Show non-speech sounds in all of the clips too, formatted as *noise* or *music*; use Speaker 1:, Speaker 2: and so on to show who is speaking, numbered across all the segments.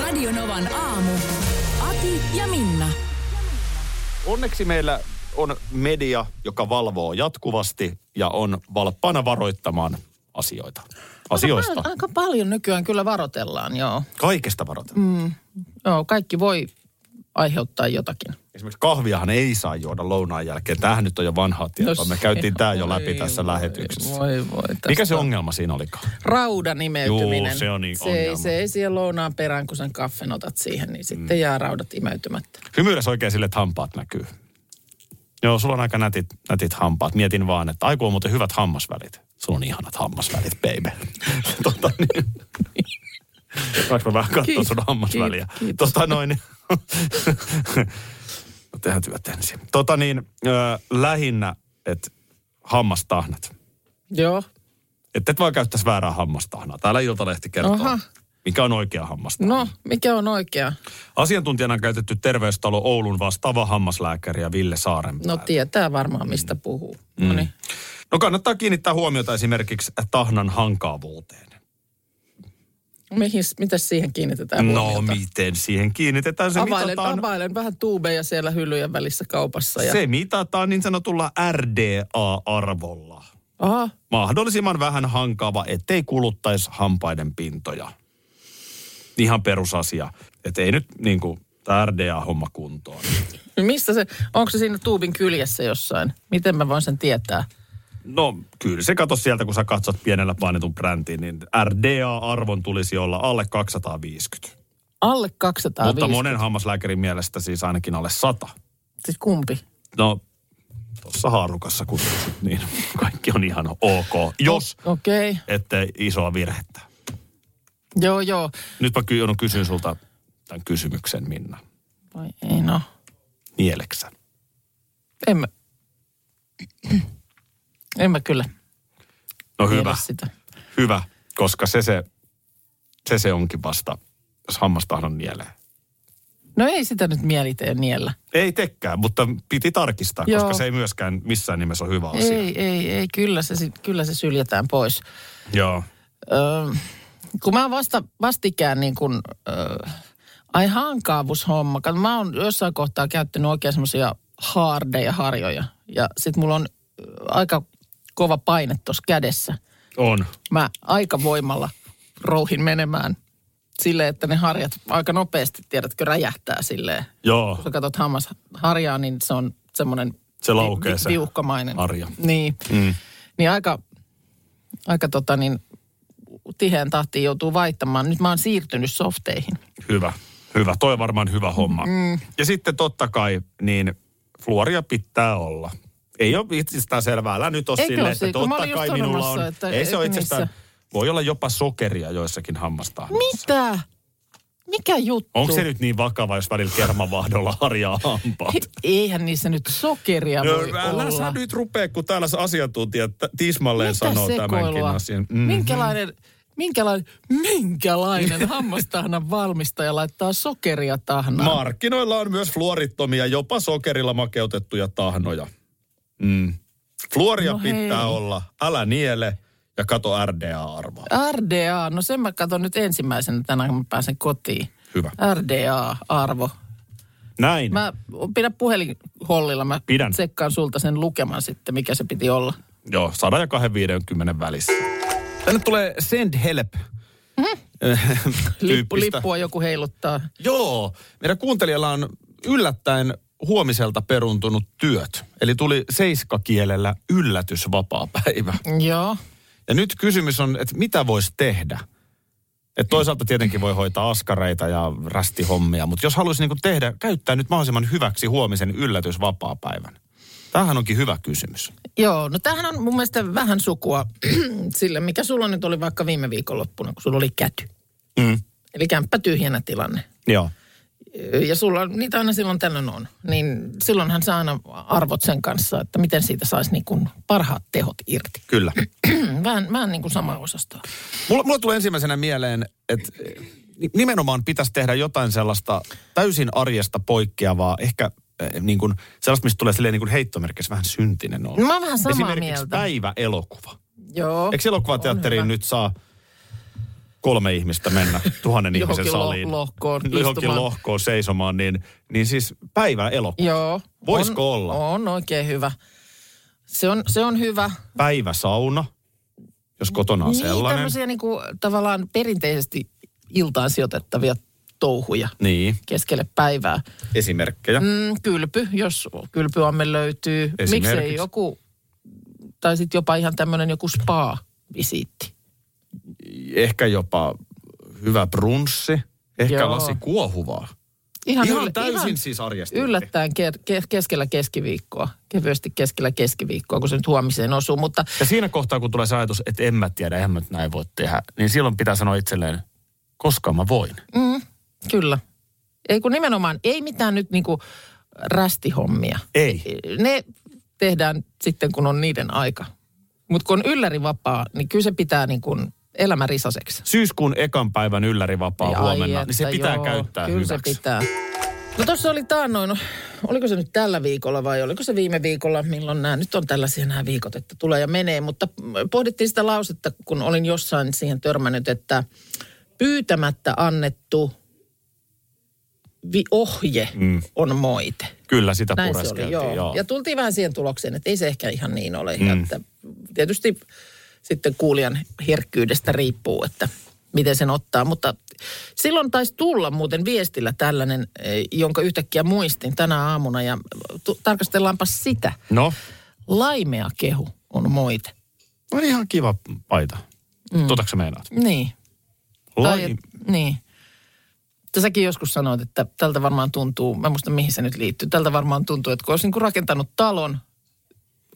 Speaker 1: Radionovan aamu. Ati ja Minna.
Speaker 2: Onneksi meillä on media, joka valvoo jatkuvasti ja on valppana varoittamaan asioita. Asioista.
Speaker 3: Aika, pal- aika paljon nykyään kyllä varotellaan, joo.
Speaker 2: Kaikesta varoitetaan. Mm.
Speaker 3: joo. Kaikki voi aiheuttaa jotakin.
Speaker 2: Esimerkiksi kahviahan ei saa juoda lounaan jälkeen. Tämähän nyt on jo vanhaa tietoa. Me käytiin tämä jo läpi tässä lähetyksessä.
Speaker 3: No Voi voi. Tästä
Speaker 2: Mikä se ongelma siinä olikaan?
Speaker 3: Rauda nimeytyminen.
Speaker 2: Juu, se on niin
Speaker 3: se, ei,
Speaker 2: ongelma.
Speaker 3: se ei siellä lounaan perään, kun sen kaffen otat siihen, niin sitten mm. jää raudat imeytymättä.
Speaker 2: Hymyiles oikein sille, että hampaat näkyy. Joo, sulla on aika nätit, nätit hampaat. Mietin vaan, että aiku on muuten hyvät hammasvälit. Sulla on ihanat hammasvälit, baby. *laughs* tota niin. Voinko mä vähän katsoa
Speaker 3: Kiitos,
Speaker 2: sun hammasväliä?
Speaker 3: kiitos, kiitos.
Speaker 2: Tota noin. *laughs* no tehdään työt ensin. Tota niin, ö, lähinnä, että hammastahnat.
Speaker 3: Joo,
Speaker 2: Että et vaan käyttäisi väärää hammastahnaa. Täällä Iltalehti kertoo,
Speaker 3: Aha.
Speaker 2: mikä on oikea hammastahna.
Speaker 3: no mikä on oikea?
Speaker 2: Asiantuntijana on käytetty terveystalo Oulun vastaava hammaslääkäri ja Ville Saarenpää.
Speaker 3: No tietää varmaan, mistä puhuu. Mm. No niin.
Speaker 2: No kannattaa kiinnittää huomiota esimerkiksi tahnan hankaavuuteen.
Speaker 3: Mihin, mitä siihen kiinnitetään huomiota?
Speaker 2: No miten siihen kiinnitetään? Se
Speaker 3: availen,
Speaker 2: mitataan,
Speaker 3: availen vähän tuubeja siellä hyllyjen välissä kaupassa. Ja...
Speaker 2: se mitataan niin sanotulla RDA-arvolla.
Speaker 3: Aha,
Speaker 2: Mahdollisimman vähän hankaava, ettei kuluttaisi hampaiden pintoja. Ihan perusasia. Että ei nyt niin kuin, tämä RDA-homma kuntoon.
Speaker 3: No Mistä se, onko se siinä tuubin kyljessä jossain? Miten mä voin sen tietää?
Speaker 2: No kyllä se kato sieltä, kun sä katsot pienellä painetun brändiin, niin RDA-arvon tulisi olla alle 250.
Speaker 3: Alle 250.
Speaker 2: Mutta monen hammaslääkärin mielestä siis ainakin alle 100.
Speaker 3: Siis kumpi?
Speaker 2: No, tuossa haarukassa kun niin kaikki on ihan ok, jos
Speaker 3: Okei, okay.
Speaker 2: ettei isoa virhettä.
Speaker 3: joo joo.
Speaker 2: Nyt mä ky- joudun kysyä sulta tämän kysymyksen, Minna.
Speaker 3: Vai ei no.
Speaker 2: Nieleksä.
Speaker 3: En mä, *clears throat* en mä kyllä
Speaker 2: No
Speaker 3: tiedä
Speaker 2: hyvä,
Speaker 3: sitä.
Speaker 2: hyvä, koska se se, se se onkin vasta, jos hammastahdon nielee.
Speaker 3: No ei sitä nyt mieli tee niellä.
Speaker 2: Ei tekkää, mutta piti tarkistaa, Joo.
Speaker 3: Joo.
Speaker 2: koska se ei myöskään missään nimessä ole hyvä asia.
Speaker 3: Ei, ei, ei, kyllä se, sit- kyllä se syljetään pois.
Speaker 2: Joo.
Speaker 3: Öö, kun mä oon vasta, vastikään niin kun, öö, ai hankaavuushomma. Kato, mä oon jossain kohtaa käyttänyt oikein semmoisia haardeja, harjoja. Ja sit mulla on öö, aika kova paine tuossa kädessä.
Speaker 2: On.
Speaker 3: Mä aika voimalla rouhin menemään silleen, että ne harjat aika nopeasti, tiedätkö, räjähtää silleen.
Speaker 2: Joo.
Speaker 3: Kun sä katsot hammasharjaa, niin se on semmoinen
Speaker 2: Se laukee se
Speaker 3: viuhkamainen.
Speaker 2: harja.
Speaker 3: Niin.
Speaker 2: Mm.
Speaker 3: Niin aika, aika tota niin, tiheän tahtiin joutuu vaihtamaan. Nyt mä oon siirtynyt softeihin.
Speaker 2: Hyvä, hyvä. Toi on varmaan hyvä homma. Mm. Ja sitten totta kai, niin fluoria pitää olla. Ei ole itsestään selvää. Älä nyt ole
Speaker 3: Eikö
Speaker 2: silleen,
Speaker 3: ole
Speaker 2: että
Speaker 3: siitä? Kun mä
Speaker 2: totta
Speaker 3: olin just
Speaker 2: kai minulla
Speaker 3: sanomassa,
Speaker 2: on.
Speaker 3: että
Speaker 2: ei se ole
Speaker 3: niissä-
Speaker 2: itsestään. Voi olla jopa sokeria joissakin hammastahdoissa.
Speaker 3: Mitä? Mikä juttu?
Speaker 2: Onko se nyt niin vakava, jos välillä kermavahdolla harjaa
Speaker 3: *laughs*
Speaker 2: hampaat?
Speaker 3: He- Eihän niissä nyt sokeria voi
Speaker 2: No, älä
Speaker 3: olla.
Speaker 2: sä nyt rupee, kun täällä se asiantuntija t- tismalleen
Speaker 3: Mitä
Speaker 2: sanoo tämänkin
Speaker 3: sekoilua?
Speaker 2: asian. Mm.
Speaker 3: Mm-hmm. Minkälainen, minkälainen,
Speaker 2: *laughs*
Speaker 3: minkälainen hammastahnan valmistaja laittaa sokeria tahnaan?
Speaker 2: Markkinoilla on myös fluorittomia, jopa sokerilla makeutettuja tahnoja. Mm. Fluoria no
Speaker 3: No hei.
Speaker 2: pitää olla, älä niele ja kato RDA-arvoa.
Speaker 3: RDA, no sen mä katson nyt ensimmäisenä tänään, kun mä pääsen kotiin.
Speaker 2: Hyvä.
Speaker 3: RDA-arvo.
Speaker 2: Näin. Mä...
Speaker 3: Mä pidän puhelin hollilla, mä
Speaker 2: Pidän.
Speaker 3: tsekkaan sulta sen lukeman sitten, mikä se piti olla.
Speaker 2: Joo, 100 ja 250 välissä. Tänne tulee Send Help.
Speaker 3: Mhm. Lippu,
Speaker 2: *laughs* Tyyppistä.
Speaker 3: lippua joku heiluttaa.
Speaker 2: Joo, meidän kuuntelijalla on yllättäen huomiselta peruntunut työt. Eli tuli seiskakielellä yllätysvapaa päivä.
Speaker 3: Joo.
Speaker 2: Ja nyt kysymys on, että mitä voisi tehdä? Et toisaalta tietenkin voi hoitaa askareita ja rästihommia, mutta jos haluaisi niinku tehdä, käyttää nyt mahdollisimman hyväksi huomisen yllätysvapaapäivän. Tämähän onkin hyvä kysymys.
Speaker 3: Joo, no tämähän on mun mielestä vähän *clears throat* sukua sille, mikä sulla nyt oli vaikka viime viikonloppuna, kun sulla oli käty.
Speaker 2: Mm.
Speaker 3: Eli kämppä tyhjänä tilanne.
Speaker 2: Joo.
Speaker 3: Ja sulla on- niitä aina silloin tällöin on. Niin silloinhan sä aina arvot sen kanssa, että miten siitä saisi niin kuin parhaat tehot irti. *clears throat*
Speaker 2: Kyllä.
Speaker 3: Vähän, vähän niin kuin sama osastoa.
Speaker 2: Mulla, mulla tulee ensimmäisenä mieleen, että eh, nimenomaan pitäisi tehdä jotain sellaista täysin arjesta poikkeavaa, ehkä eh, niin kuin, sellaista, mistä tulee silleen niin kuin heittomerkissä vähän syntinen olla.
Speaker 3: No mä oon vähän samaa
Speaker 2: Esimerkiksi
Speaker 3: mieltä.
Speaker 2: päiväelokuva.
Speaker 3: Joo.
Speaker 2: Eikö elokuvateatteriin
Speaker 3: On hyvä.
Speaker 2: nyt saa kolme ihmistä mennä
Speaker 3: *laughs*
Speaker 2: tuhannen ihmisen
Speaker 3: Johonkin lo-
Speaker 2: saliin?
Speaker 3: lohkoon
Speaker 2: *laughs* Johonkin
Speaker 3: istumaan.
Speaker 2: lohkoon seisomaan, niin, niin siis päiväelokuva,
Speaker 3: Joo.
Speaker 2: Voisiko
Speaker 3: on,
Speaker 2: olla?
Speaker 3: On oikein hyvä. Se on, se on hyvä.
Speaker 2: päiväsauna, jos kotona on
Speaker 3: Niin,
Speaker 2: sellainen.
Speaker 3: tämmöisiä niinku, tavallaan perinteisesti iltaan sijoitettavia touhuja
Speaker 2: Niin,
Speaker 3: keskelle päivää.
Speaker 2: esimerkkejä.
Speaker 3: Mm, kylpy, jos kylpyamme löytyy.
Speaker 2: Esimerkiksi.
Speaker 3: Miksei joku, tai sitten jopa ihan tämmöinen joku spa-visiitti.
Speaker 2: ehkä jopa hyvä brunssi, ehkä
Speaker 3: Joo.
Speaker 2: lasi kuohuvaa. Ihan täysin siis arjesta irti.
Speaker 3: Yllättäen ke- ke- keskellä keskiviikkoa, kevyesti keskellä keskiviikkoa, kun se nyt huomiseen osuu. Mutta
Speaker 2: Ja siinä kohtaa, kun tulee se ajatus, että en mä tiedä, en mä nyt näin voi tehdä, niin silloin pitää sanoa itselleen, koska mä voin.
Speaker 3: mm, kyllä. Ei kun nimenomaan, ei mitään nyt niinku rästihommia.
Speaker 2: Ei.
Speaker 3: Ne tehdään sitten, kun on niiden aika. Mutta kun on ylläri vapaa, niin kyllä se pitää niin kuin elämä risaseksi.
Speaker 2: Syyskuun ekan päivän ylläri-vapaa
Speaker 3: Ai
Speaker 2: huomenna,
Speaker 3: että
Speaker 2: niin se pitää
Speaker 3: joo,
Speaker 2: käyttää
Speaker 3: Kyllä
Speaker 2: hyväksi.
Speaker 3: se pitää. No tuossa oli taannoin, oliko se nyt tällä viikolla vai oliko se viime viikolla, milloin nämä, nyt on tällaisia nämä viikot, että tulee ja menee, mutta pohdittiin sitä lausetta, kun olin jossain siihen törmännyt, että pyytämättä annettu vi- ohje mm. on moite.
Speaker 2: Kyllä, sitä
Speaker 3: Näin se oli,
Speaker 2: pureskeltiin.
Speaker 3: joo. joo. Ja tultiin vähän siihen tulokseen, että ei se ehkä ihan niin ole. Mm. Että tietysti sitten kuulijan herkkyydestä riippuu, että miten sen ottaa. Mutta silloin taisi tulla muuten viestillä tällainen, eh, jonka yhtäkkiä muistin tänä aamuna. Ja tu- tarkastellaanpa sitä.
Speaker 2: No,
Speaker 3: Laimea kehu on moite.
Speaker 2: on ihan kiva paita. Mm. Totaks sä meinaat?
Speaker 3: Niin. Tai
Speaker 2: Lai-
Speaker 3: et- niin. Mutta Säkin joskus sanoit, että tältä varmaan tuntuu, mä en muista mihin se nyt liittyy, tältä varmaan tuntuu, että kun olisi niinku rakentanut talon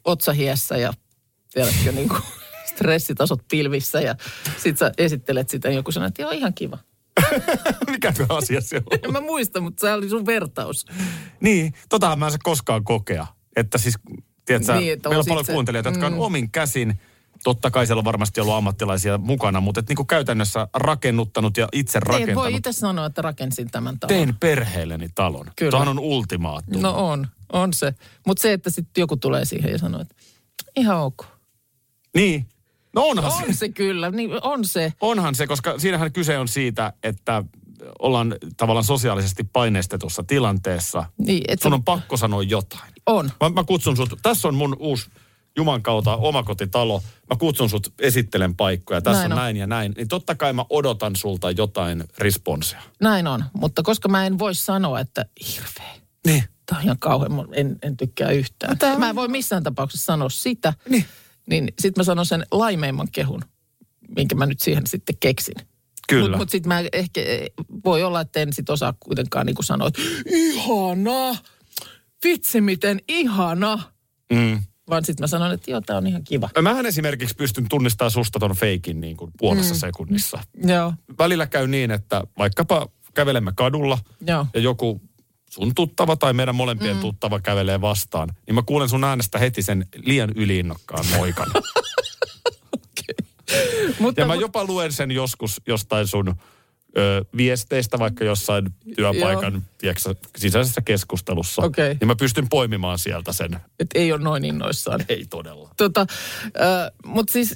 Speaker 3: otsahiessä ja tiedätkö niinku *laughs* stressitasot pilvissä ja sit sä esittelet sitä ja joku sanoo, että joo ihan kiva.
Speaker 2: *laughs* Mikä tuo asia se on?
Speaker 3: En mä muista, mutta se oli sun vertaus.
Speaker 2: Niin, totahan mä en saa koskaan kokea. Että siis, tiedätkö,
Speaker 3: Niin,
Speaker 2: niin,
Speaker 3: että Mm.
Speaker 2: meillä on
Speaker 3: osit
Speaker 2: paljon
Speaker 3: se-
Speaker 2: kuuntelijoita, jotka on omin käsin, totta kai siellä on varmasti ollut ammattilaisia mukana, mutta et niinku käytännössä rakennuttanut ja itse
Speaker 3: Ei Niin, voi
Speaker 2: rakentanut.
Speaker 3: itse sanoa, että rakensin tämän talon.
Speaker 2: Tein perheelleni talon.
Speaker 3: Kyllä.
Speaker 2: Tuohan on ultimaattu.
Speaker 3: No on, on se. Mutta se, että sitten joku tulee siihen ja sanoo, että ihan ok.
Speaker 2: Niin, no onhan se.
Speaker 3: On se kyllä, niin on se.
Speaker 2: Onhan se, koska siinähän kyse on siitä, että ollaan tavallaan sosiaalisesti paineistetussa tilanteessa.
Speaker 3: Niin, et
Speaker 2: Sun
Speaker 3: sä-
Speaker 2: on pakko sanoa jotain.
Speaker 3: On.
Speaker 2: Mä, mä kutsun sut, tässä on mun uusi Juman kautta omakotitalo. Mä kutsun sut, esittelen paikkoja, tässä
Speaker 3: Näin
Speaker 2: näin on,
Speaker 3: on.
Speaker 2: on näin ja näin. Niin totta kai mä odotan sulta jotain responsia.
Speaker 3: Näin on, mutta koska mä en voi sanoa, että hirveä.
Speaker 2: Niin.
Speaker 3: Tämä on ihan kauhean, mun- en, en tykkää yhtään. No, mä en voi missään tapauksessa sanoa sitä.
Speaker 2: Niin.
Speaker 3: Niin sit mä sanon sen laimeimman kehun, minkä mä nyt siihen sitten keksin.
Speaker 2: Kyllä.
Speaker 3: Mutta mut sit mä ehkä, eh, voi olla, että en sit osaa kuitenkaan niin kuin sanoa, että ihana, vitsi miten ihana.
Speaker 2: Mm.
Speaker 3: Vaan sit mä sanon, että joo, tää on ihan kiva.
Speaker 2: Mähän esimerkiksi pystyn tunnistamaan susta ton feikin niin kuin puolessa mm. sekunnissa.
Speaker 3: Joo,
Speaker 2: Välillä käy niin, että vaikkapa kävelemme kadulla
Speaker 3: joo.
Speaker 2: ja joku sun tuttava tai meidän molempien mm. tuttava kävelee vastaan, niin mä kuulen sun äänestä heti sen liian yliinnokkaan
Speaker 3: *laughs*
Speaker 2: moikan.
Speaker 3: Mutta, No,
Speaker 2: Ja mä jopa luen sen joskus jostain sun ö, viesteistä, vaikka jossain työpaikan tiedätkö, sisäisessä keskustelussa.
Speaker 3: Okei.
Speaker 2: Niin mä pystyn poimimaan sieltä sen.
Speaker 3: et ei ole noin innoissaan.
Speaker 2: Ei todella.
Speaker 3: Tota, äh, mutta siis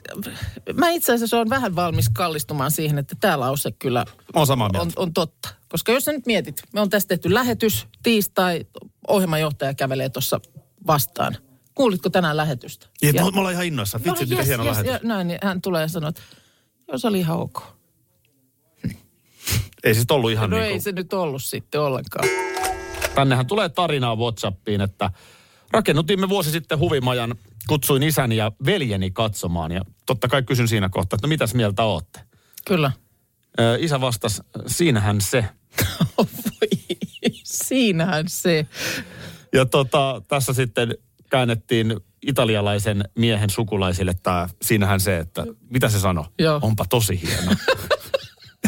Speaker 3: mä itse asiassa olen vähän valmis kallistumaan siihen, että tämä lause kyllä
Speaker 2: Mä oon samaa
Speaker 3: on,
Speaker 2: mieltä.
Speaker 3: on totta. Koska jos sä nyt mietit, me on tästä tehty lähetys tiistai, ohjelmajohtaja kävelee tuossa vastaan. Kuulitko tänään lähetystä?
Speaker 2: Ja, ja. Me ollaan ihan innoissa. Niin, Vitsi, no,
Speaker 3: Joo,
Speaker 2: mikä
Speaker 3: jes,
Speaker 2: hieno
Speaker 3: jes,
Speaker 2: lähetys.
Speaker 3: ja Näin, niin hän tulee ja sanoo, että joo, se oli ihan ok.
Speaker 2: Ei siis ollut ihan
Speaker 3: No
Speaker 2: niin
Speaker 3: ei
Speaker 2: kuin.
Speaker 3: se nyt ollut sitten ollenkaan.
Speaker 2: Tännehän tulee tarinaa Whatsappiin, että rakennutimme vuosi sitten huvimajan. Kutsuin isäni ja veljeni katsomaan ja totta kai kysyn siinä kohtaa, että no mitäs mieltä ootte?
Speaker 3: Kyllä. *laughs*
Speaker 2: Ö, isä vastasi, siinähän se.
Speaker 3: Voi, siinähän se.
Speaker 2: Ja tota, tässä sitten käännettiin italialaisen miehen sukulaisille tämä, siinähän se, että mitä se sanoi?
Speaker 3: Joo. *laughs*
Speaker 2: Onpa tosi hieno.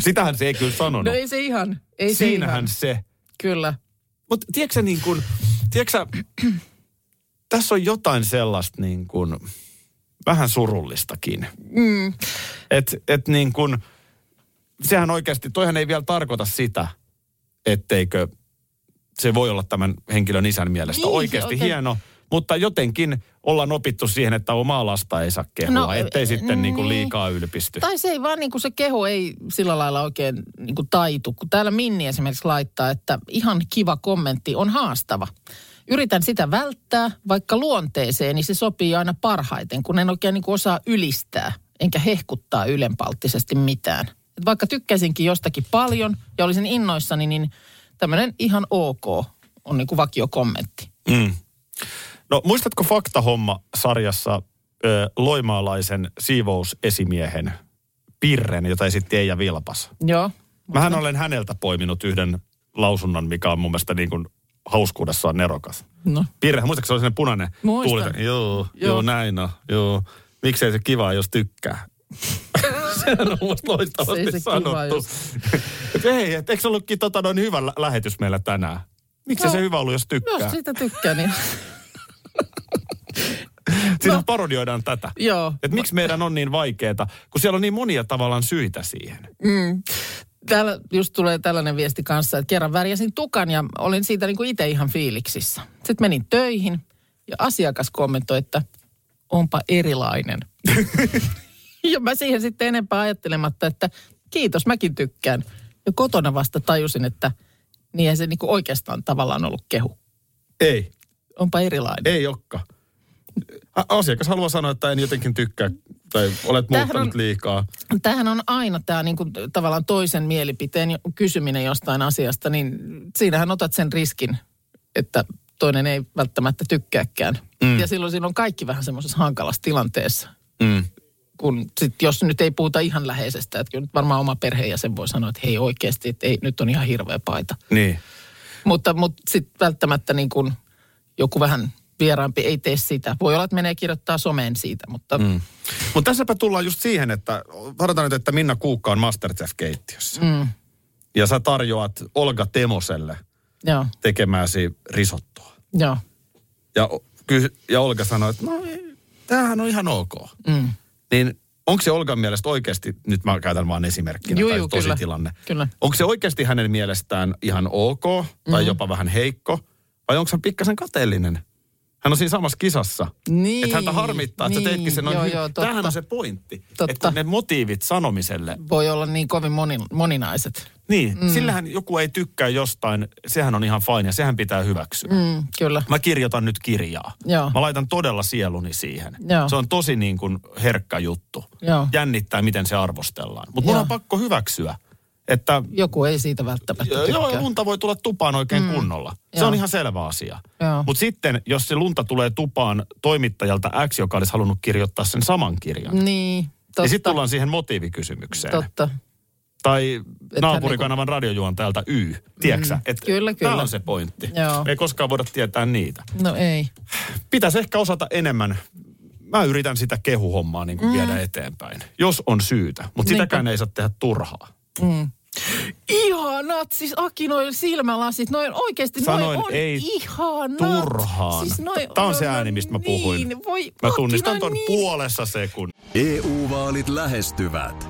Speaker 2: Sitähän se ei kyllä sanonut.
Speaker 3: No ei se ihan. Ei
Speaker 2: Siinähän
Speaker 3: se ihan.
Speaker 2: se.
Speaker 3: Kyllä.
Speaker 2: Mutta tiedätkö sä niin kuin, tiedätkö sä, *clears throat* tässä on jotain sellaista niin kuin, vähän surullistakin. Mm. Että et niin kuin, sehän oikeasti, toihan ei vielä tarkoita sitä, etteikö se voi olla tämän henkilön isän mielestä
Speaker 3: Niin,
Speaker 2: niin, oikeasti
Speaker 3: okei.
Speaker 2: okay. hieno. Mutta jotenkin ollaan opittu siihen, että omaa lasta ei saa kehua,
Speaker 3: No,
Speaker 2: no, ettei sitten niin kuin
Speaker 3: niin.
Speaker 2: liikaa ylpisty.
Speaker 3: Tai se ei vaan, niin kuin se keho ei sillä lailla oikein niin kuin taitu. Kun täällä Minni esimerkiksi laittaa, että ihan kiva kommentti on haastava. Yritän sitä välttää, vaikka luonteeseen niin se sopii aina parhaiten, kun en oikein niin kuin osaa ylistää, enkä hehkuttaa ylenpalttisesti mitään. Et vaikka tykkäisinkin jostakin paljon ja olisin innoissani, niin tämmöinen ihan ok on niin kuin vakio kommentti.
Speaker 2: Mm. No muistatko Faktahomma-sarjassa ö, loimaalaisen siivousesimiehen Pirren, jota esitti Eija Vilpas?
Speaker 3: Joo.
Speaker 2: Mähän olen häneltä poiminut yhden lausunnon, mikä on mun mielestä niin kuin hauskuudessaan nerokas.
Speaker 3: No.
Speaker 2: Pirre, muistatko se oli sellainen punainen
Speaker 3: Muistan.
Speaker 2: tuuli? Joo,
Speaker 3: Joo.
Speaker 2: joo, joo, näin on, joo. Miksei se kivaa, jos
Speaker 3: *laughs*
Speaker 2: tykkää? Sehän on musta
Speaker 3: Miksei se
Speaker 2: loistavasti
Speaker 3: kivaa,
Speaker 2: sanottu.
Speaker 3: jos-
Speaker 2: *laughs* Et Hei, et eikö se ollutkin tota, noin hyvä lä- lähetys meillä tänään? Miksei
Speaker 3: No.
Speaker 2: se hyvä ollut, jos tykkää?
Speaker 3: Jos siitä tykkää, niin *laughs* no.
Speaker 2: Siinä parodioidaan tätä.
Speaker 3: joo.
Speaker 2: Et miksi meidän on niin vaikeeta, kun siellä on niin monia tavallaan syitä siihen.
Speaker 3: Täällä just tulee tällainen viesti kanssa, että kerran värjäsin tukan ja olin siitä niin kuin itse ihan fiiliksissä. Sitten menin töihin ja asiakas kommentoi, että onpa erilainen. *laughs* ja mä siihen sitten enempää ajattelematta, että kiitos, mäkin tykkään. Ja kotona vasta tajusin, että niinhän se niin kuin oikeastaan tavallaan ollut kehu.
Speaker 2: Ei,
Speaker 3: Onpa erilainen.
Speaker 2: ei olekaan. A- Asiakas haluaa sanoa, että en jotenkin tykkää tai olet
Speaker 3: Tämähän
Speaker 2: muuttanut
Speaker 3: on-
Speaker 2: liikaa.
Speaker 3: Tämähän on aina tämä niin kuin, tavallaan toisen mielipiteen jo- kysyminen jostain asiasta, niin siinähän otat sen riskin, että toinen ei välttämättä tykkääkään. Mm. Ja silloin siinä on kaikki vähän semmoisessa hankalassa tilanteessa,
Speaker 2: Mm.
Speaker 3: kun sit, jos nyt ei puhuta ihan läheisestä, että kyllä nyt varmaan oma perheenjäsen voi sanoa, että hei oikeasti, että ei, nyt on ihan hirveä paita.
Speaker 2: Niin.
Speaker 3: Mutta, mutta sitten välttämättä niin kuin joku vähän vieraampi ei tee sitä. Voi olla, että menee kirjoittaa someen siitä, mutta mm.
Speaker 2: Mutta tässäpä tullaan just siihen, että varataan nyt, että Minna Kuukka on Masterchef-keittiössä. Mm. Ja sä tarjoat Olga Temoselle
Speaker 3: joo,
Speaker 2: tekemääsi risottoa.
Speaker 3: joo.
Speaker 2: Ja, o- ky- ja Olga sanoi, että no ei, tämähän on ihan ok. Mm. Niin onko se Olgan mielestä oikeasti, nyt mä käytän vaan esimerkkinä,
Speaker 3: Juu,
Speaker 2: tai
Speaker 3: juu,
Speaker 2: tosi
Speaker 3: kyllä.
Speaker 2: tilanne.
Speaker 3: Kyllä. Mhm.
Speaker 2: Onko se oikeasti hänen mielestään ihan ok, tai mm-hmm. jopa vähän heikko, vai onko hän pikkasen kateellinen? Hän on siinä samassa kisassa.
Speaker 3: Niin,
Speaker 2: että häntä harmittaa, että
Speaker 3: niin,
Speaker 2: sä teitkin sen noin
Speaker 3: joo,
Speaker 2: hy-
Speaker 3: joo, totta.
Speaker 2: Tämähän on se pointti,
Speaker 3: Totta.
Speaker 2: että kun ne motiivit sanomiselle,
Speaker 3: voi olla niin kovin moni, moninaiset.
Speaker 2: niin, mm. sillähän joku ei tykkää jostain, sehän on ihan fine ja sehän pitää hyväksyä.
Speaker 3: Mm, kyllä.
Speaker 2: mä kirjoitan nyt kirjaa.
Speaker 3: Joo.
Speaker 2: Mä laitan todella sieluni siihen.
Speaker 3: Joo.
Speaker 2: Se on tosi niin kuin herkkä juttu.
Speaker 3: Joo.
Speaker 2: Jännittää, miten se arvostellaan. Mutta mun
Speaker 3: Joo.
Speaker 2: on pakko hyväksyä, että
Speaker 3: Joku ei siitä välttämättä
Speaker 2: joo,
Speaker 3: tykkää.
Speaker 2: joo, lunta voi tulla tupaan oikein mm. kunnolla. Se
Speaker 3: Joo.
Speaker 2: on ihan selvä asia.
Speaker 3: Joo.
Speaker 2: Mutta sitten, jos se lunta tulee tupaan toimittajalta X, joka olisi halunnut kirjoittaa sen saman kirjan, mm.
Speaker 3: Niin, totta.
Speaker 2: niin sitten tullaan siihen motiivikysymykseen.
Speaker 3: Totta.
Speaker 2: Tai
Speaker 3: hän
Speaker 2: naapurikanavan radiojuontajalta Y, tiedätkö mm.
Speaker 3: Kyllä, kyllä.
Speaker 2: Tämä on se pointti.
Speaker 3: Joo.
Speaker 2: Me ei koskaan voida tietää niitä
Speaker 3: No ei.
Speaker 2: pitäisi ehkä osata enemmän. Mä yritän sitä kehuhommaa niin kuin mm. viedä eteenpäin, jos on syytä. Mutta
Speaker 3: Niinpä.
Speaker 2: sitäkään ei saa tehdä turhaa.
Speaker 3: Ihanat, siis Aki, noin silmälasit, noin oikeasti,
Speaker 2: Sanoin,
Speaker 3: noin on
Speaker 2: ei
Speaker 3: ihanat.
Speaker 2: turhaan.
Speaker 3: Siis noin,
Speaker 2: Tää on
Speaker 3: no,
Speaker 2: se
Speaker 3: no
Speaker 2: ääni, mistä mä puhuin.
Speaker 3: Niin, voi,
Speaker 2: Mä
Speaker 3: Aki,
Speaker 2: tunnistan
Speaker 3: noin
Speaker 2: ton
Speaker 3: niin.
Speaker 2: puolessa sekunnissa.
Speaker 4: EU-vaalit E lähestyvät.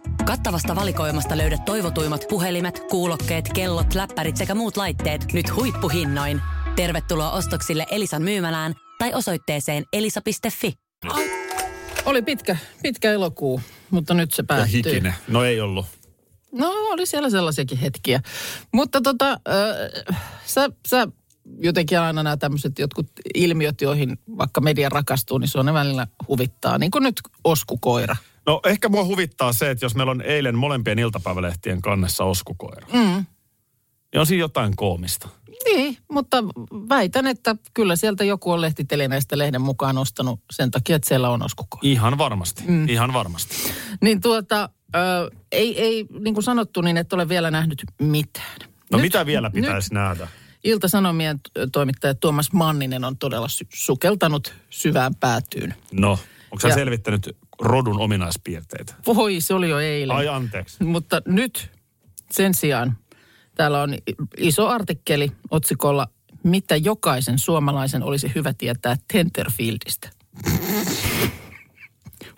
Speaker 5: Kattavasta valikoimasta löydät toivotuimmat puhelimet, kuulokkeet, kellot, läppärit sekä muut laitteet nyt huippuhinnoin. Tervetuloa ostoksille Elisan myymälään tai osoitteeseen elisa.fi.
Speaker 3: Oli pitkä, pitkä elokuu, mutta nyt se päättyy.
Speaker 2: Hikinen. No ei ollut.
Speaker 3: No oli siellä sellaisiakin hetkiä. Mutta tota, äh, sä, sä jotenkin aina nämä tämmöiset jotkut ilmiöt, joihin vaikka media rakastuu, niin se on ne välillä huvittaa. Niin kuin nyt oskukoira.
Speaker 2: No ehkä mua huvittaa se, että jos meillä on eilen molempien iltapäivälehtien kannessa oskukoira. Mm. Niin on siinä jotain koomista.
Speaker 3: Niin, mutta väitän, että kyllä sieltä joku on lehtitelineistä lehden mukaan ostanut sen takia, että siellä on oskukoira.
Speaker 2: Ihan varmasti, mm. ihan varmasti.
Speaker 3: Niin tuota, ö, ei, ei niin kuin sanottu, niin et ole vielä nähnyt mitään.
Speaker 2: No nyt, mitä vielä pitäisi nähdä?
Speaker 3: Ilta-Sanomien t- toimittaja Tuomas Manninen on todella sy- sukeltanut syvään päätyyn.
Speaker 2: No, onko sä
Speaker 3: Ja-
Speaker 2: selvittänyt rodun ominaispiirteitä?
Speaker 3: Voi, se oli jo eilen.
Speaker 2: Ai anteeksi.
Speaker 3: Mutta nyt sen sijaan täällä on i- iso artikkeli otsikolla mitä jokaisen suomalaisen olisi hyvä tietää Tenterfieldistä.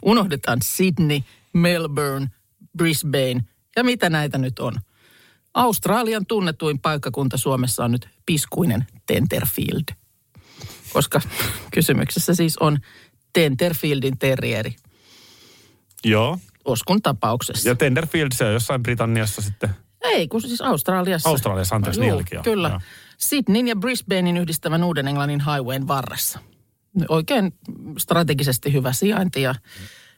Speaker 3: Unohdetaan Sydney, Melbourne, Brisbane ja mitä näitä nyt on. Australian tunnetuin paikkakunta Suomessa on nyt piskuinen Tenterfield, koska kysymyksessä siis on Tenterfieldin terrieri
Speaker 2: Joo.
Speaker 3: Oskun tapauksessa.
Speaker 2: Ja Tenderfield, se on jossain Britanniassa sitten.
Speaker 3: Ei, kun siis Australiassa.
Speaker 2: Australiassa, anteeksi,
Speaker 3: Juu,
Speaker 2: niilläkin on.
Speaker 3: Kyllä.
Speaker 2: Joo.
Speaker 3: Sydneyn ja Brisbanein yhdistävän Uuden-Englannin highwayn varressa. Oikein strategisesti hyvä sijainti ja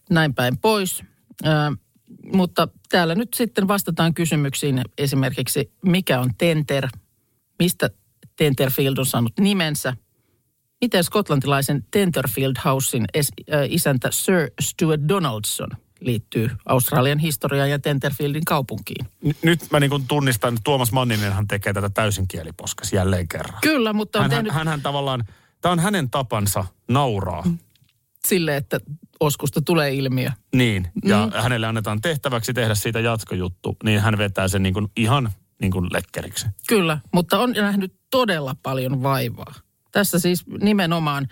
Speaker 3: näin päin pois. Ö, mutta täällä nyt sitten vastataan kysymyksiin esimerkiksi, mikä on Tenter, mistä Tenterfield on saanut nimensä, miten skotlantilaisen Tenterfield Housein es, ö, isäntä Sir Stuart Donaldson liittyy Australian historiaan ja Tenterfieldin kaupunkiin.
Speaker 2: N- nyt mä niin kuin tunnistan, että Tuomas Manninenhan tekee tätä täysin kieliposkas jälleen kerran.
Speaker 3: Kyllä, mutta on
Speaker 2: Hän, hän,
Speaker 3: tehnyt
Speaker 2: hänhän tavallaan, tämä on hänen tapansa nauraa.
Speaker 3: sille, että oskusta tulee ilmiö.
Speaker 2: Niin, ja mm. hänelle annetaan tehtäväksi tehdä siitä jatkojuttu, niin hän vetää sen niin kuin ihan niin kuin lekkeriksi.
Speaker 3: Kyllä, mutta on nähnyt todella paljon vaivaa. Tässä siis nimenomaan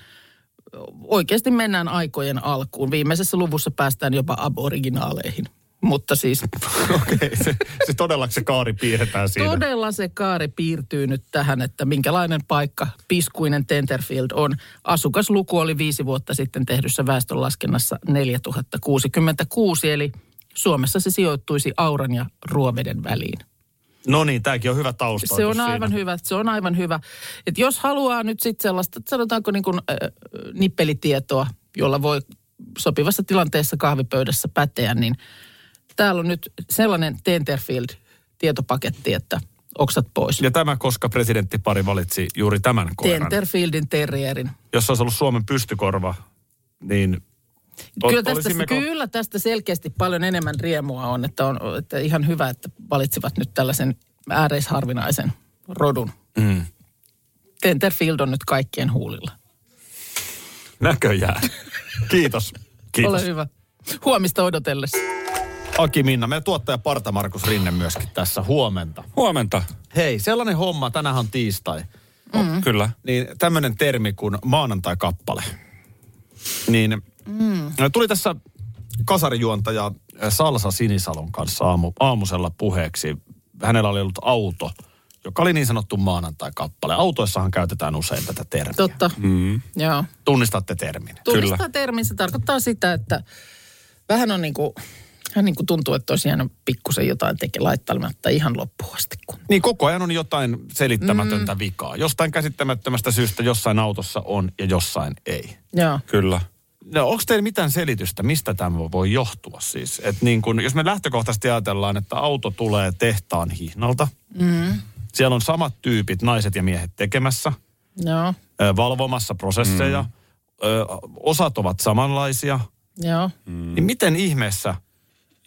Speaker 3: oikeasti mennään aikojen alkuun. Viimeisessä luvussa päästään jopa aboriginaaleihin. Mutta siis
Speaker 2: *laughs* Okei, okay, se, se todellakin se kaari piirretään siinä.
Speaker 3: todella se kaari piirtyy nyt tähän, että minkälainen paikka piskuinen Tenterfield on. Asukasluku oli viisi vuotta sitten tehdyssä väestönlaskennassa 4066, eli Suomessa se sijoittuisi Auran ja Ruoveden väliin.
Speaker 2: No niin, tämäkin on hyvä taustoitus
Speaker 3: Se on
Speaker 2: siinä.
Speaker 3: aivan hyvä, se on aivan hyvä. Et jos haluaa nyt sitten sellaista, sanotaanko niin kuin, äh, nippelitietoa, jolla voi sopivassa tilanteessa kahvipöydässä päteä, niin täällä on nyt sellainen Tenterfield-tietopaketti, että oksat pois.
Speaker 2: Ja tämä, koska presidenttipari valitsi juuri tämän koiran.
Speaker 3: Tenterfieldin terrierin.
Speaker 2: Jos olisi ollut Suomen pystykorva, niin Ol-
Speaker 3: Kyllä tästä,
Speaker 2: olisimmeko-
Speaker 3: kyllä tästä selkeästi paljon enemmän riemua on, että on että ihan hyvä, että valitsivat nyt tällaisen ääreisharvinaisen rodun. Mm. Tenterfield on nyt kaikkien huulilla.
Speaker 2: *laughs* näköjään. Kiitos. Kiitos.
Speaker 3: Ole hyvä. Huomista odotellessa.
Speaker 2: Aki Minna, meidän tuottaja Parta Markus Rinne myöskin tässä. Huomenta.
Speaker 6: Huomenta.
Speaker 2: Hei, sellainen homma, tänään on tiistai.
Speaker 6: Mm. Kyllä.
Speaker 2: niin tämmöinen termi kuin maanantai-kappale. Niin mm. tuli tässä kasarijuontaja Salsa Sinisalon kanssa aamu, aamusella puheeksi. Hänellä oli ollut auto, joka oli niin sanottu maanantai-kappale. Autoissahan käytetään usein tätä termiä.
Speaker 3: Totta. Mm. Joo.
Speaker 2: Tunnistatte termin.
Speaker 3: Tunnistaa Kyllä. termin, se tarkoittaa sitä, että vähän on niin kuin, vähän niin kuin tuntuu, että olisi jäänyt pikkusen jotain teke laittamatta ihan loppuun asti. Kun.
Speaker 2: Niin koko ajan on jotain selittämätöntä mm. vikaa. Jostain käsittämättömästä syystä jossain autossa on ja jossain ei.
Speaker 3: Joo.
Speaker 6: Kyllä.
Speaker 2: No, onko teillä mitään selitystä, mistä tämä voi johtua siis? Et niin kun, jos me lähtökohtaisesti ajatellaan, että auto tulee tehtaan hihnalta, mm. siellä on samat tyypit, naiset ja miehet tekemässä,
Speaker 3: Joo.
Speaker 2: ö, valvomassa prosesseja, mm. ö, osat ovat samanlaisia,
Speaker 3: Joo.
Speaker 2: mm. niin miten ihmeessä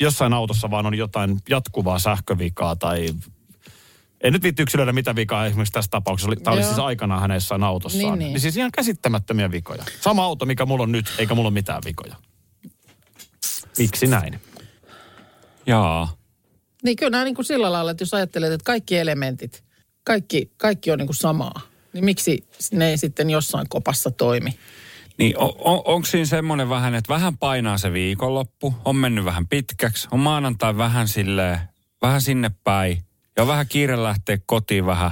Speaker 2: jossain autossa vaan on jotain jatkuvaa sähkövikaa tai... En nyt viitti yksilöidä mitä vikaa esimerkiksi tässä tapauksessa oli. Tämä oli
Speaker 3: Joo.
Speaker 2: siis aikanaan hänessä autossaan.
Speaker 3: Niin,
Speaker 2: Niin,
Speaker 3: niin.
Speaker 2: niin. niin siis ihan käsittämättömiä vikoja. Sama auto, mikä mulla on nyt, eikä mulla ole mitään vikoja. Miksi näin?
Speaker 6: Jaa.
Speaker 3: Niin kyllä nämä niin kuin sillä lailla, että jos ajattelet, että kaikki elementit, kaikki, kaikki on niin kuin samaa, niin miksi ne ei sitten jossain kopassa toimi?
Speaker 6: Niin on, on, onko siinä semmoinen vähän, että vähän painaa se viikonloppu, on mennyt vähän pitkäksi, on maanantai vähän silleen, vähän sinne päin ja on vähän kiire lähteä kotiin vähän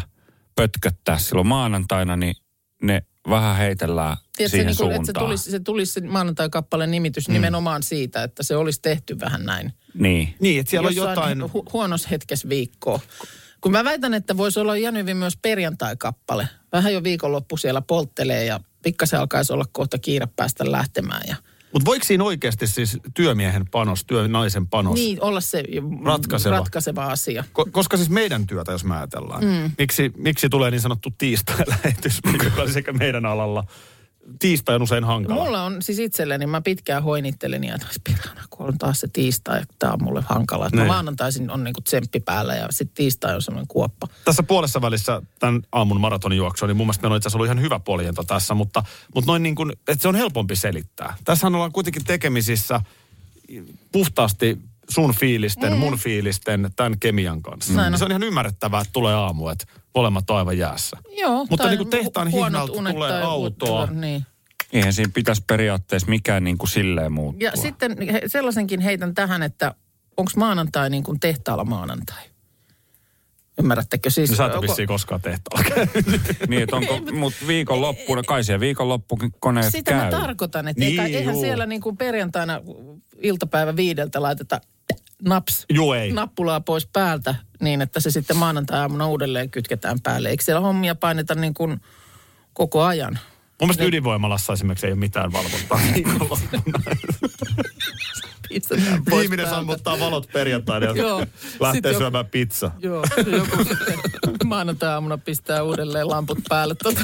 Speaker 6: pötköttää silloin maanantaina, niin ne vähän heitellään
Speaker 3: Tiedätkö,
Speaker 6: siihen
Speaker 3: niin kuin, että se
Speaker 6: suuntaan.
Speaker 3: tulisi, se, tulisi se maanantai-kappaleen nimitys mm. nimenomaan siitä, että se olisi tehty vähän näin.
Speaker 6: Niin.
Speaker 2: Niin, että siellä
Speaker 3: Jossain
Speaker 2: on jotain...
Speaker 3: Hu- huonos hetkes viikkoa. Kun mä väitän, että voisi olla ihan hyvin myös perjantai-kappale. Vähän jo viikonloppu siellä polttelee ja pikkasen alkaisi olla kohta kiire päästä lähtemään. Ja...
Speaker 2: Mutta voiko siinä oikeasti siis työmiehen panos, työnaisen panos?
Speaker 3: Niin, olla se mm,
Speaker 2: Ratkaiseva.
Speaker 3: ratkaiseva asia.
Speaker 2: Ko- koska siis meidän työtä, jos mä ajatellaan, mm. miksi, miksi tulee niin sanottu tiistai-lähetys, *laughs* joka on sekä meidän alalla. Tiistai on usein hankala.
Speaker 3: Mulla on siis itselleni, mä pitkään hoinittelin ja taas perhana, kun on taas se tiistai, että tää on mulle hankala. Että Mä
Speaker 2: Niin.
Speaker 3: maanantaisin on niinku tsemppi päällä ja sitten tiistai on semmoinen kuoppa.
Speaker 2: Tässä puolessa välissä tämän aamun maratonijuoksu, niin mun mielestä meillä on itse asiassa ollut ihan hyvä puoliento tässä, mutta, mutta noin niin kuin, että se on helpompi selittää. Tässähän ollaan kuitenkin tekemisissä puhtaasti sun fiilisten, mm. mun fiilisten, tämän kemian kanssa.
Speaker 3: Niin. Näin on.
Speaker 2: Se on ihan ymmärrettävää, että tulee aamu, että molemmat on aivan jäässä.
Speaker 3: Joo.
Speaker 2: Mutta
Speaker 3: tai
Speaker 2: niin kuin tehtaan
Speaker 3: hu- huonot
Speaker 2: hinnalta
Speaker 3: unet
Speaker 2: tulee
Speaker 3: tai
Speaker 2: autoa.
Speaker 3: whatever, Niin.
Speaker 6: Eihän siinä pitäisi periaatteessa mikään niin kuin silleen muuttua.
Speaker 3: Ja sitten he, sellaisenkin heitän tähän, että onko maanantai niin kuin tehtaalla maanantai? Ymmärrättekö siis?
Speaker 2: Niin sä et ole
Speaker 3: onko-
Speaker 2: vissiin koskaan tehtaalla *laughs* käynyt.
Speaker 6: Niin,
Speaker 3: *laughs*
Speaker 6: että onko, mutta viikonloppuna, kai siellä viikonloppukin koneet
Speaker 3: Sitä
Speaker 6: käy.
Speaker 3: mä tarkoitan, että
Speaker 2: Niin,
Speaker 3: eikä, eihän
Speaker 2: juu.
Speaker 3: siellä niin kuin perjantaina iltapäivä viideltä laiteta naps
Speaker 2: Joo ei.
Speaker 3: nappulaa pois päältä niin, että se sitten maanantai-aamuna uudelleen kytketään päälle. Eikö siellä hommia paineta niin kuin koko ajan?
Speaker 2: Mun mielestä ydinvoimalassa esimerkiksi ei ole mitään
Speaker 3: *laughs*
Speaker 2: valvontaa.
Speaker 3: Niin Pistetään pois
Speaker 2: Viimeinen
Speaker 3: päältä.
Speaker 2: sammuttaa valot perjantaina
Speaker 3: Joo.
Speaker 2: ja
Speaker 3: Sitten
Speaker 2: lähtee
Speaker 3: jo-
Speaker 2: syömään pizza.
Speaker 3: Joo, joku sitten maanantai-aamuna pistää uudelleen lamput päälle. Tota.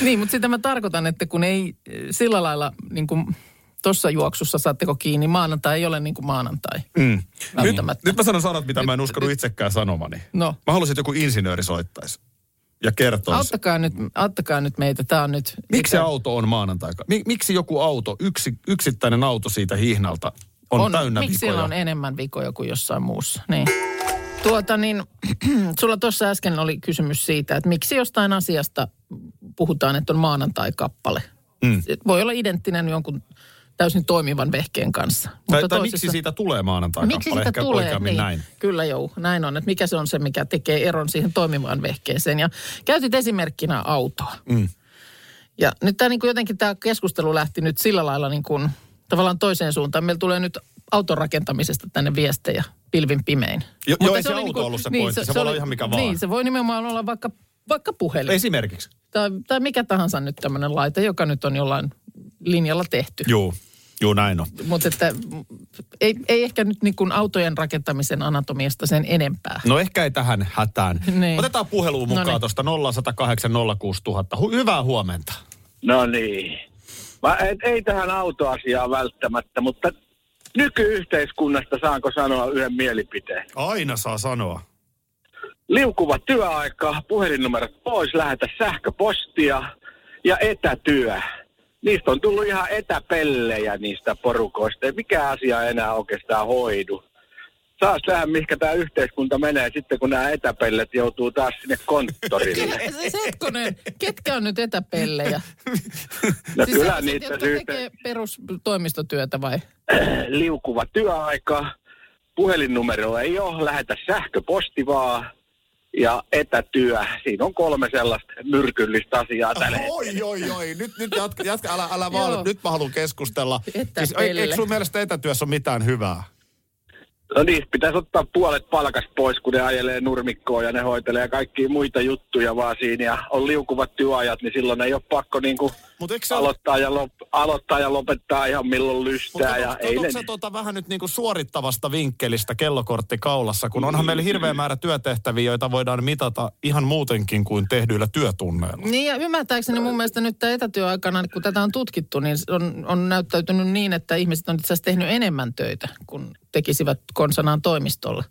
Speaker 3: niin, mutta sitä mä tarkoitan, että kun ei eh, sillä lailla niin kuin tuossa juoksussa saatteko kiinni, maanantai ei ole niin kuin maanantai. Mm.
Speaker 2: Nyt, nyt mä sanon sanat, mitä mä en uskonut itsekään sanomani.
Speaker 3: No.
Speaker 2: Mä haluaisin, että joku insinööri soittaisi ja kertoisi.
Speaker 3: Auttakaa nyt, auttakaa nyt meitä, tämä on nyt...
Speaker 2: Miksi se auto on maanantai? Mi- miksi joku auto, yksi, yksittäinen auto siitä hihnalta on, on täynnä
Speaker 3: Miksi
Speaker 2: vikoja?
Speaker 3: sillä on enemmän vikoja kuin jossain muussa? Niin. Tuota niin, *clears throat* sulla tuossa äsken oli kysymys siitä, että miksi jostain asiasta puhutaan, että on maanantai-kappale. Mm. Voi olla identtinen jonkun täysin toimivan vehkeen kanssa.
Speaker 2: tai, tai miksi siitä tulee maanantai?
Speaker 3: miksi
Speaker 2: kappale?
Speaker 3: siitä
Speaker 2: Ehkä
Speaker 3: tulee,
Speaker 2: oikeammin
Speaker 3: niin,
Speaker 2: näin.
Speaker 3: Kyllä joo, näin on. Että mikä se on se, mikä tekee eron siihen toimivaan vehkeeseen. Ja käytit esimerkkinä autoa. Mm. Ja nyt tämä niin jotenkin tämä keskustelu lähti nyt sillä lailla niin kuin, tavallaan toiseen suuntaan. Meillä tulee nyt auton rakentamisesta tänne viestejä pilvin pimein.
Speaker 2: Jo-
Speaker 3: Mutta
Speaker 2: joo, ei se
Speaker 3: oli
Speaker 2: auto
Speaker 3: kuin-
Speaker 2: ollut se pointti. Se voi olla ihan mikä vaan.
Speaker 3: Niin, se voi nimenomaan olla vaikka, vaikka puhelin
Speaker 2: Esimerkiksi.
Speaker 3: tai, tai mikä tahansa nyt tämmöinen laite, joka nyt on jollain linjalla tehty.
Speaker 2: Juu, juu näin on.
Speaker 3: Mutta että mm, ei, ei ehkä nyt niin kuin autojen rakentamisen anatomiasta sen enempää.
Speaker 2: No ehkä ei tähän hätään.
Speaker 3: Niin.
Speaker 2: Otetaan puheluun mukaan
Speaker 3: Noniin.
Speaker 2: tuosta 0108 06000. Hu- hyvää huomenta.
Speaker 7: No niin. Mä, et, ei tähän autoasiaan välttämättä, mutta nykyyhteiskunnasta saanko sanoa yhden mielipiteen.
Speaker 2: Aina saa sanoa.
Speaker 7: Liukuva työaika, puhelinnumerot pois, lähetä sähköpostia ja etätyö. Niistä on tullut ihan etäpellejä niistä porukoista. Ei mikä asia enää oikeastaan hoidu. Saas nähdä, mihinkä tämä yhteiskunta menee sitten, kun nämä etäpellet joutuu taas sinne konttorille.
Speaker 3: Kyllä, *laughs* se- se Hetkonen, ketkä on nyt etäpellejä?
Speaker 7: *laughs* No kyllä
Speaker 3: sellaiset,
Speaker 7: niitä
Speaker 3: jotka
Speaker 7: syytä.
Speaker 3: tekee perustoimistotyötä vai?
Speaker 7: *clears throat* liukuva työaika, puhelinnumero ei ole, lähetä sähköposti vaan ja etätyö. Siinä on kolme sellaista myrkyllistä asiaa tällä hetkellä.
Speaker 2: Oi, oi, oi. Nyt, nyt jatka, jatka älä, älä
Speaker 3: Joo.
Speaker 2: vaan. nyt mä haluan keskustella.
Speaker 3: Etäpelle.
Speaker 2: Siis, ei- eikö sun mielestä etätyössä ole mitään hyvää?
Speaker 7: No niistä pitäisi ottaa puolet palkasta pois, kun ne ajelee nurmikkoon ja ne hoitelee kaikkia muita juttuja vaan siinä. Ja on liukuvat työajat, niin silloin ei ole pakko niinku
Speaker 2: Mut eikö se ole-
Speaker 7: aloittaa, ja lop- aloittaa ja lopettaa ihan milloin lystää. ja ei
Speaker 2: Mutta
Speaker 7: ne...
Speaker 2: sä tuota vähän nyt niinku suorittavasta vinkkelistä kellokortti kaulassa, kun
Speaker 7: Mm.
Speaker 2: onhan meillä hirveä määrä työtehtäviä, joita voidaan mitata ihan muutenkin kuin tehdyillä työtunneilla.
Speaker 3: Niin ja ymmärtääkseni mun mielestä nyt tämä etätyöaikana, kun tätä on tutkittu, niin se on, on näyttäytynyt niin, että ihmiset on itse asiassa tehnyt enemmän töitä, kun tekisivät konsanaan toimistolla.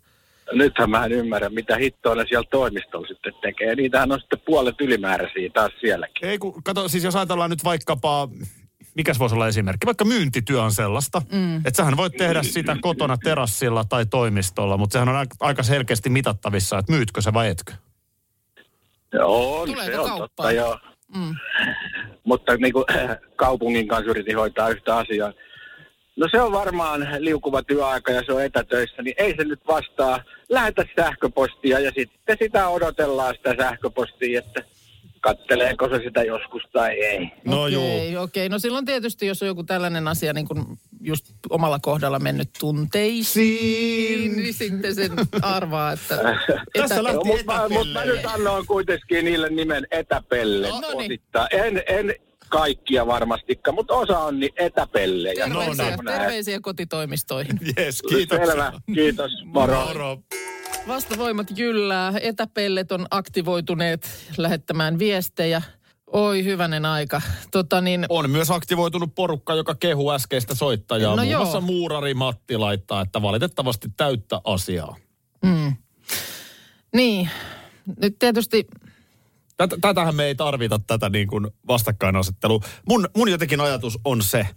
Speaker 7: Nythän mä en ymmärrä, mitä hittoa ne siellä toimistolla sitten tekee. Niitähän on sitten puolet ylimääräisiä taas sielläkin.
Speaker 2: Ei kun, kato, siis jos ajatellaan nyt vaikkapa, mikäs voisi olla esimerkki, vaikka myyntityö on sellaista, mm. että sähän voit tehdä sitä kotona terassilla tai toimistolla, mutta sehän on aika- aika selkeästi mitattavissa, että myytkö sä vai etkö.
Speaker 7: Joo, on,
Speaker 3: Tuleeko
Speaker 7: se on
Speaker 3: kauppaa?
Speaker 7: totta, joo. Mm. Mutta niin kuin, *clears throat* kaupungin kanssa yritin hoitaa yhtä asiaa. No se on varmaan liukuva työaika ja se on etätöissä, niin ei se nyt vastaa. Lähetä sähköpostia ja sitten sitä odotellaan sitä sähköpostia, että katteleeko se sitä joskus tai ei.
Speaker 2: No
Speaker 3: okei,
Speaker 2: juu.
Speaker 3: Okei, no silloin tietysti, jos on joku tällainen asia niin kuin just omalla kohdalla mennyt tunteisiin, niin sitten sen arvaa, että...
Speaker 2: Tässä lähti-
Speaker 7: No, mutta
Speaker 2: Etäpelle.
Speaker 7: mut mä nyt annoin kuitenkin niille nimen etäpelle
Speaker 3: No, no niin.
Speaker 7: osittain. En, en kaikkia varmastikaan, mutta osa on niin etäpellejä.
Speaker 3: Terveisiä,
Speaker 7: Semmonen-
Speaker 3: terveisiä kotitoimistoihin.
Speaker 2: Jes, kiitos.
Speaker 7: Selvä, kiitos, moro.
Speaker 2: Moro.
Speaker 3: Vastavoimat jyllää, etäpellet on aktivoituneet lähettämään viestejä. Oi hyvänen aika. Tota niin,
Speaker 2: On myös aktivoitunut porukka, joka kehu äskeistä soittajaa.
Speaker 3: No
Speaker 2: No Muun
Speaker 3: joo.
Speaker 2: muassa Muurari Matti laittaa, että valitettavasti täyttä asiaa.
Speaker 3: niin, nyt tietysti
Speaker 2: Tätä, tätähän me ei tarvita, tätä niin kuin vastakkainasettelua. Mun, mun jotenkin ajatus on se,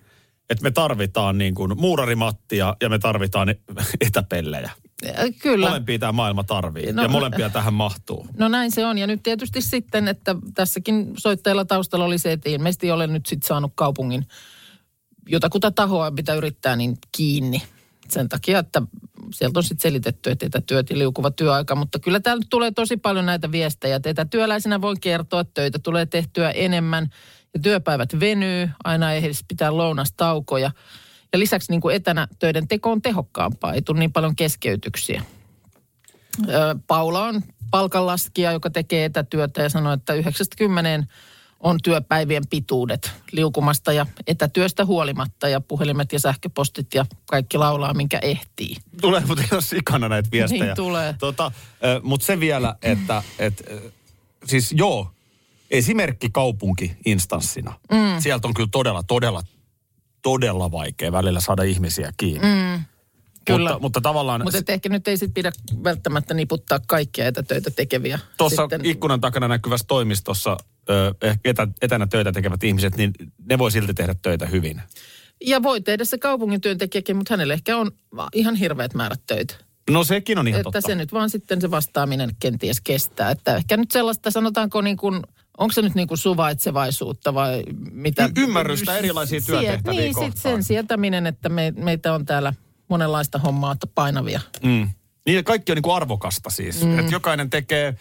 Speaker 2: että me tarvitaan niin kuin Muurari Mattia ja me tarvitaan e- etäpellejä.
Speaker 3: äh, kyllä.
Speaker 2: Molempia tämä maailma tarvii
Speaker 3: No,
Speaker 2: no, ja molempia tähän mahtuu.
Speaker 3: No näin se on. Ja nyt tietysti sitten, että tässäkin soittajalla taustalla oli se, että ilmeisesti olen nyt sitten saanut kaupungin jotakuta tahoa, mitä yrittää, niin kiinni. Sen takia, että sieltä on sitten selitetty, että etätyöt ja liukuva työaika. Mutta kyllä täällä nyt tulee tosi paljon näitä viestejä. Että etätyöläisenä voin kertoa, että töitä tulee tehtyä enemmän ja työpäivät venyy. Aina ei edes pitää lounastaukoja. Ja lisäksi niin kuin etänä töiden teko on tehokkaampaa, ei tule niin paljon keskeytyksiä. Ö, Paula on palkanlaskija, joka tekee etätyötä ja sanoi, että 90 on työpäivien pituudet liukumasta ja etätyöstä huolimatta ja puhelimet ja sähköpostit ja kaikki laulaa, minkä ehtii.
Speaker 2: Tulee muuten ihan sikana näitä viestejä.
Speaker 3: Niin tulee.
Speaker 2: Tota, Mutta se vielä, että et, ö, siis joo, esimerkki kaupunki instanssina. Mm. Sieltä on kyllä todella, todella, todella vaikea välillä saada ihmisiä kiinni. Mm.
Speaker 3: Kyllä.
Speaker 2: Mutta, mutta tavallaan
Speaker 3: Mutta et ehkä nyt ei sit pidä välttämättä niputtaa kaikkia etätöitä tekeviä.
Speaker 2: tuossa
Speaker 3: sitten.
Speaker 2: ikkunan takana näkyvässä toimistossa ö, ehkä etä, etänä töitä tekevät ihmiset, niin ne voi silti tehdä töitä hyvin.
Speaker 3: ja voi tehdä se kaupungin työntekijäkin, mutta hänellä ehkä on va- ihan hirveät määrät töitä.
Speaker 2: No sekin on ihan
Speaker 3: että
Speaker 2: totta.
Speaker 3: se nyt vaan sitten se vastaaminen kenties kestää. Että ehkä nyt sellaista, sanotaanko niin kuin, onko se nyt niin kuin suvaitsevaisuutta vai mitä?
Speaker 2: Y- ymmärrystä erilaisia
Speaker 3: Sie-
Speaker 2: työtehtäviä
Speaker 3: Niin, sit
Speaker 2: kohtaan.
Speaker 3: sen sietäminen, että me, meitä on täällä monenlaista hommaa että painavia.
Speaker 2: Mm. Niin ja kaikki on niin kuin arvokasta siis. Mm. Että jokainen tekee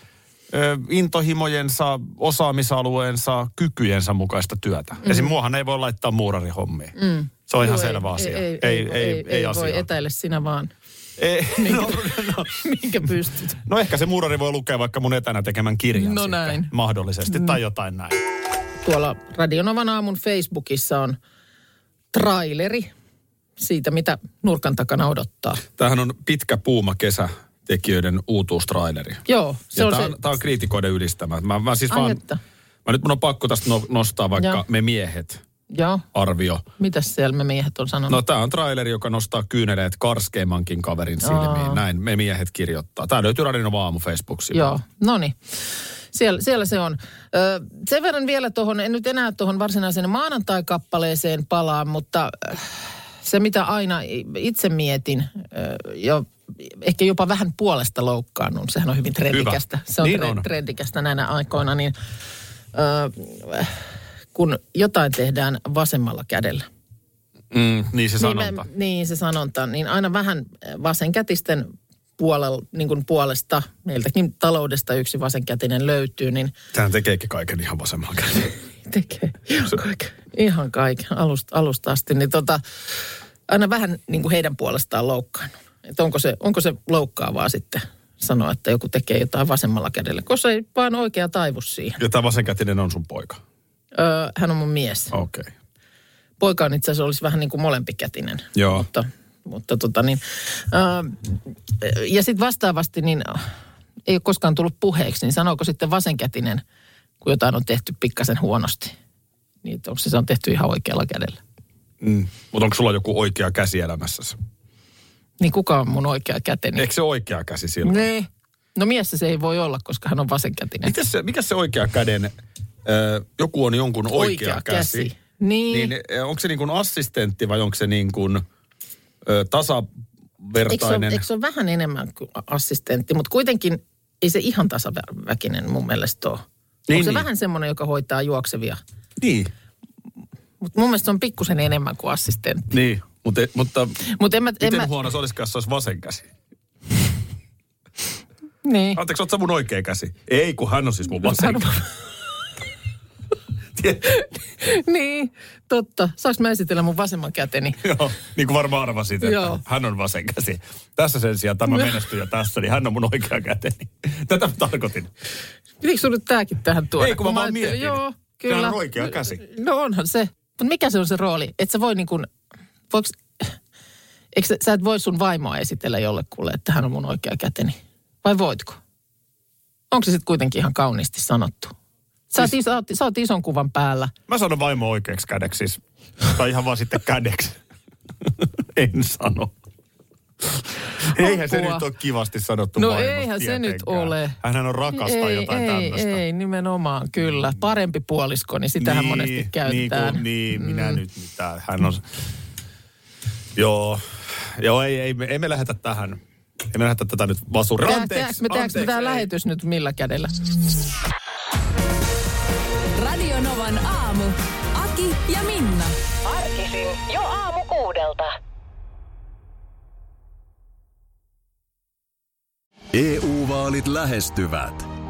Speaker 2: ö, intohimojensa, osaamisalueensa, kykyjensä mukaista työtä. Mm. Esimerkiksi muahan ei voi laittaa muurarihommiin. Mm. Se on ihan
Speaker 3: Joo,
Speaker 2: selvä
Speaker 3: ei,
Speaker 2: asia.
Speaker 3: Ei, ei, ei, ei, ei voi etäillä sinä vaan, *laughs*
Speaker 2: Ei, *laughs* no, no,
Speaker 3: minkä pystyt.
Speaker 2: no ehkä se muurari voi lukea vaikka mun etänä tekemän kirjan
Speaker 3: No
Speaker 2: sitten,
Speaker 3: näin. Mm.
Speaker 2: mahdollisesti tai jotain näin.
Speaker 3: Tuolla Radionovan aamun Facebookissa on traileri siitä, mitä nurkan takana odottaa.
Speaker 2: Tämähän on pitkä puuma kesä tekijöiden uutuustraileri.
Speaker 3: Joo, se
Speaker 2: Ja
Speaker 3: on
Speaker 2: tämä,
Speaker 3: se.
Speaker 2: on, tämä on kriitikoiden ylistämä. Mä, mä siis
Speaker 3: Ai
Speaker 2: vaan,
Speaker 3: että.
Speaker 2: mä nyt mun on pakko tästä no, nostaa vaikka
Speaker 3: Joo.
Speaker 2: me miehet
Speaker 3: Joo,
Speaker 2: arvio.
Speaker 3: mitäs siellä me miehet on sanonut?
Speaker 2: No tämä on traileri, joka nostaa kyyneleet karskeimmankin kaverin silmiin. Näin me miehet kirjoittaa. Tämä löytyy Radin aamu Facebook-sivuilta.
Speaker 3: Joo, no niin. Siellä, siellä se on. Ö, sen verran vielä tuohon, en nyt enää tuohon varsinaiseen maanantai-kappaleeseen palaa, mutta äh, se mitä aina i- itse mietin ö, ja ehkä jopa vähän puolesta loukkaannut, sehän on hyvin trendikästä.
Speaker 2: Hyvä.
Speaker 3: Se on,
Speaker 2: Niin
Speaker 3: tre-
Speaker 2: on.
Speaker 3: trendikästä näinä aikoina, niin ö, äh, kun jotain tehdään vasemmalla kädellä.
Speaker 2: Mm, niin se
Speaker 3: Niin,
Speaker 2: sanonta.
Speaker 3: Mä, niin, se sanonta. Niin aina vähän vasenkätisten puolel, niin kuin puolesta, meiltäkin taloudesta yksi vasenkätinen löytyy, niin
Speaker 2: Tähän tekeekin kaiken ihan vasemmalla
Speaker 3: *laughs*
Speaker 2: kädellä.
Speaker 3: tekee ihan kaiken, ihan kaiken alusta, alusta asti. Niin tota, aina vähän niin kuin heidän puolestaan loukkaannut. Että onko se, onko se loukkaavaa sitten sanoa, että joku tekee jotain vasemmalla kädellä, koska se ei vaan oikea taivu siihen.
Speaker 2: Ja tämä vasenkätinen on sun poika.
Speaker 3: Öö, hän on mun mies.
Speaker 2: Okei. Okay.
Speaker 3: poika on itse asiassa olisi vähän niin kuin molempikätinen.
Speaker 2: Joo.
Speaker 3: Mutta, mutta tota niin, ää, ja sitten vastaavasti niin äh, ei ole koskaan tullut puheeksi, niin sanooko sitten vasenkätinen, kun jotain on tehty pikkasen huonosti? Niin, että onko se, se on tehty ihan oikealla kädellä?
Speaker 2: Mm. Mutta onko sulla joku oikea käsi elämässäsi?
Speaker 3: Niin kuka on mun oikea käteni?
Speaker 2: Eikö se oikea käsi silloin?
Speaker 3: Ne. No miessä se ei voi olla, koska hän on vasenkätinen.
Speaker 2: Mites se, mikä se oikea käden, ö, joku on jonkun oikea,
Speaker 3: Oikea käsi. Niin.
Speaker 2: niin ö, onko se niin kuin assistentti vai onko se niin kuin ö,
Speaker 3: Eikö se, ole,
Speaker 2: tasavertainen?
Speaker 3: eikö se ole vähän enemmän kuin a- assistentti, mutta kuitenkin ei se ihan tasaväkinen mun mielestä ole. Niin,
Speaker 2: Niin,
Speaker 3: onko se
Speaker 2: niin.
Speaker 3: vähän semmoinen, joka hoitaa juoksevia?
Speaker 2: Niin,
Speaker 3: Mutta mun mielestä se on pikkusen enemmän kuin assistentti.
Speaker 2: niin. Mut, mutta
Speaker 3: Mutta en mä, en
Speaker 2: miten
Speaker 3: mä,
Speaker 2: huono se olisikaan, jos se olisi vasen käsi?
Speaker 3: niin.
Speaker 2: Anteeksi, oot sä mun oikea käsi? Ei, kun hän on siis mun vasen käsi.
Speaker 3: *laughs* niin, totta. Saanko mä esitellä mun vasemman käteni?
Speaker 2: *laughs* Joo, niin kuin varmaan arvasit, että
Speaker 3: Joo.
Speaker 2: hän on vasen käsi. Tässä sen sijaan tämä menestyy ja tässä, niin hän on mun oikea käteni. *laughs* Tätä mä tarkoitin.
Speaker 3: Pitikö sun nyt tääkin tähän tuoda?
Speaker 2: Ei, kun mä vaan
Speaker 3: ajattelin,
Speaker 2: mietin.
Speaker 3: Joo,
Speaker 2: Tää
Speaker 3: kyllä.
Speaker 2: on oikea käsi.
Speaker 3: No onhan se. Mutta mikä se on se rooli? Että sä voi niin kuin, voiks, eikö sä, sä et voi sun vaimoa esitellä jollekulle, että hän on mun oikea käteni? Vai voitko? Onko se sitten kuitenkin ihan kauniisti sanottu? Sä, siis... oot, iso, sä oot ison kuvan päällä.
Speaker 2: Mä sanon vaimo oikeaksi kädeksi siis. Tai ihan vaan sitten kädeksi. *laughs* en sano. Eihän se
Speaker 3: Apua.
Speaker 2: nyt ole kivasti sanottu
Speaker 3: No
Speaker 2: vaimosta
Speaker 3: eihän se
Speaker 2: tietenkään.
Speaker 3: nyt ole.
Speaker 2: Hänhän on rakas tai jotain
Speaker 3: ei,
Speaker 2: tämmöistä. Mm.
Speaker 3: Ei, nimenomaan, kyllä. Parempi puolisko, niin sitähän monesti käytetään. Mm.
Speaker 2: Niin, kun, niin minä nyt mitä. Hän on... Joo. Joo, ei, ei, me, ei me lähetä tähän. Ei me lähetä tätä nyt vasurin.
Speaker 3: Tää-
Speaker 2: Anteeksi,
Speaker 3: tää- me tehdäänkö me tämä
Speaker 2: ei.
Speaker 3: lähetys nyt millä kädellä?
Speaker 1: Radio Novan aamu. Aki ja Minna.
Speaker 8: Arkisin jo aamu kuudelta.
Speaker 4: EU-vaalit E lähestyvät.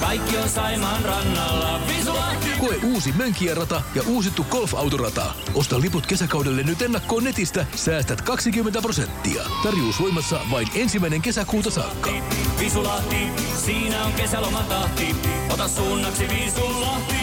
Speaker 9: kaikki on Saimaan rannalla. Visulahti!
Speaker 10: Koe uusi Mönkijärata ja uusittu golfautorata. Osta liput kesäkaudelle nyt ennakkoon netistä. Säästät 20 prosenttia. Tarjous voimassa vain ensimmäinen kesäkuuta saakka.
Speaker 9: Visulahti, siinä on kesälomatahti. Ota suunnaksi Visulahti.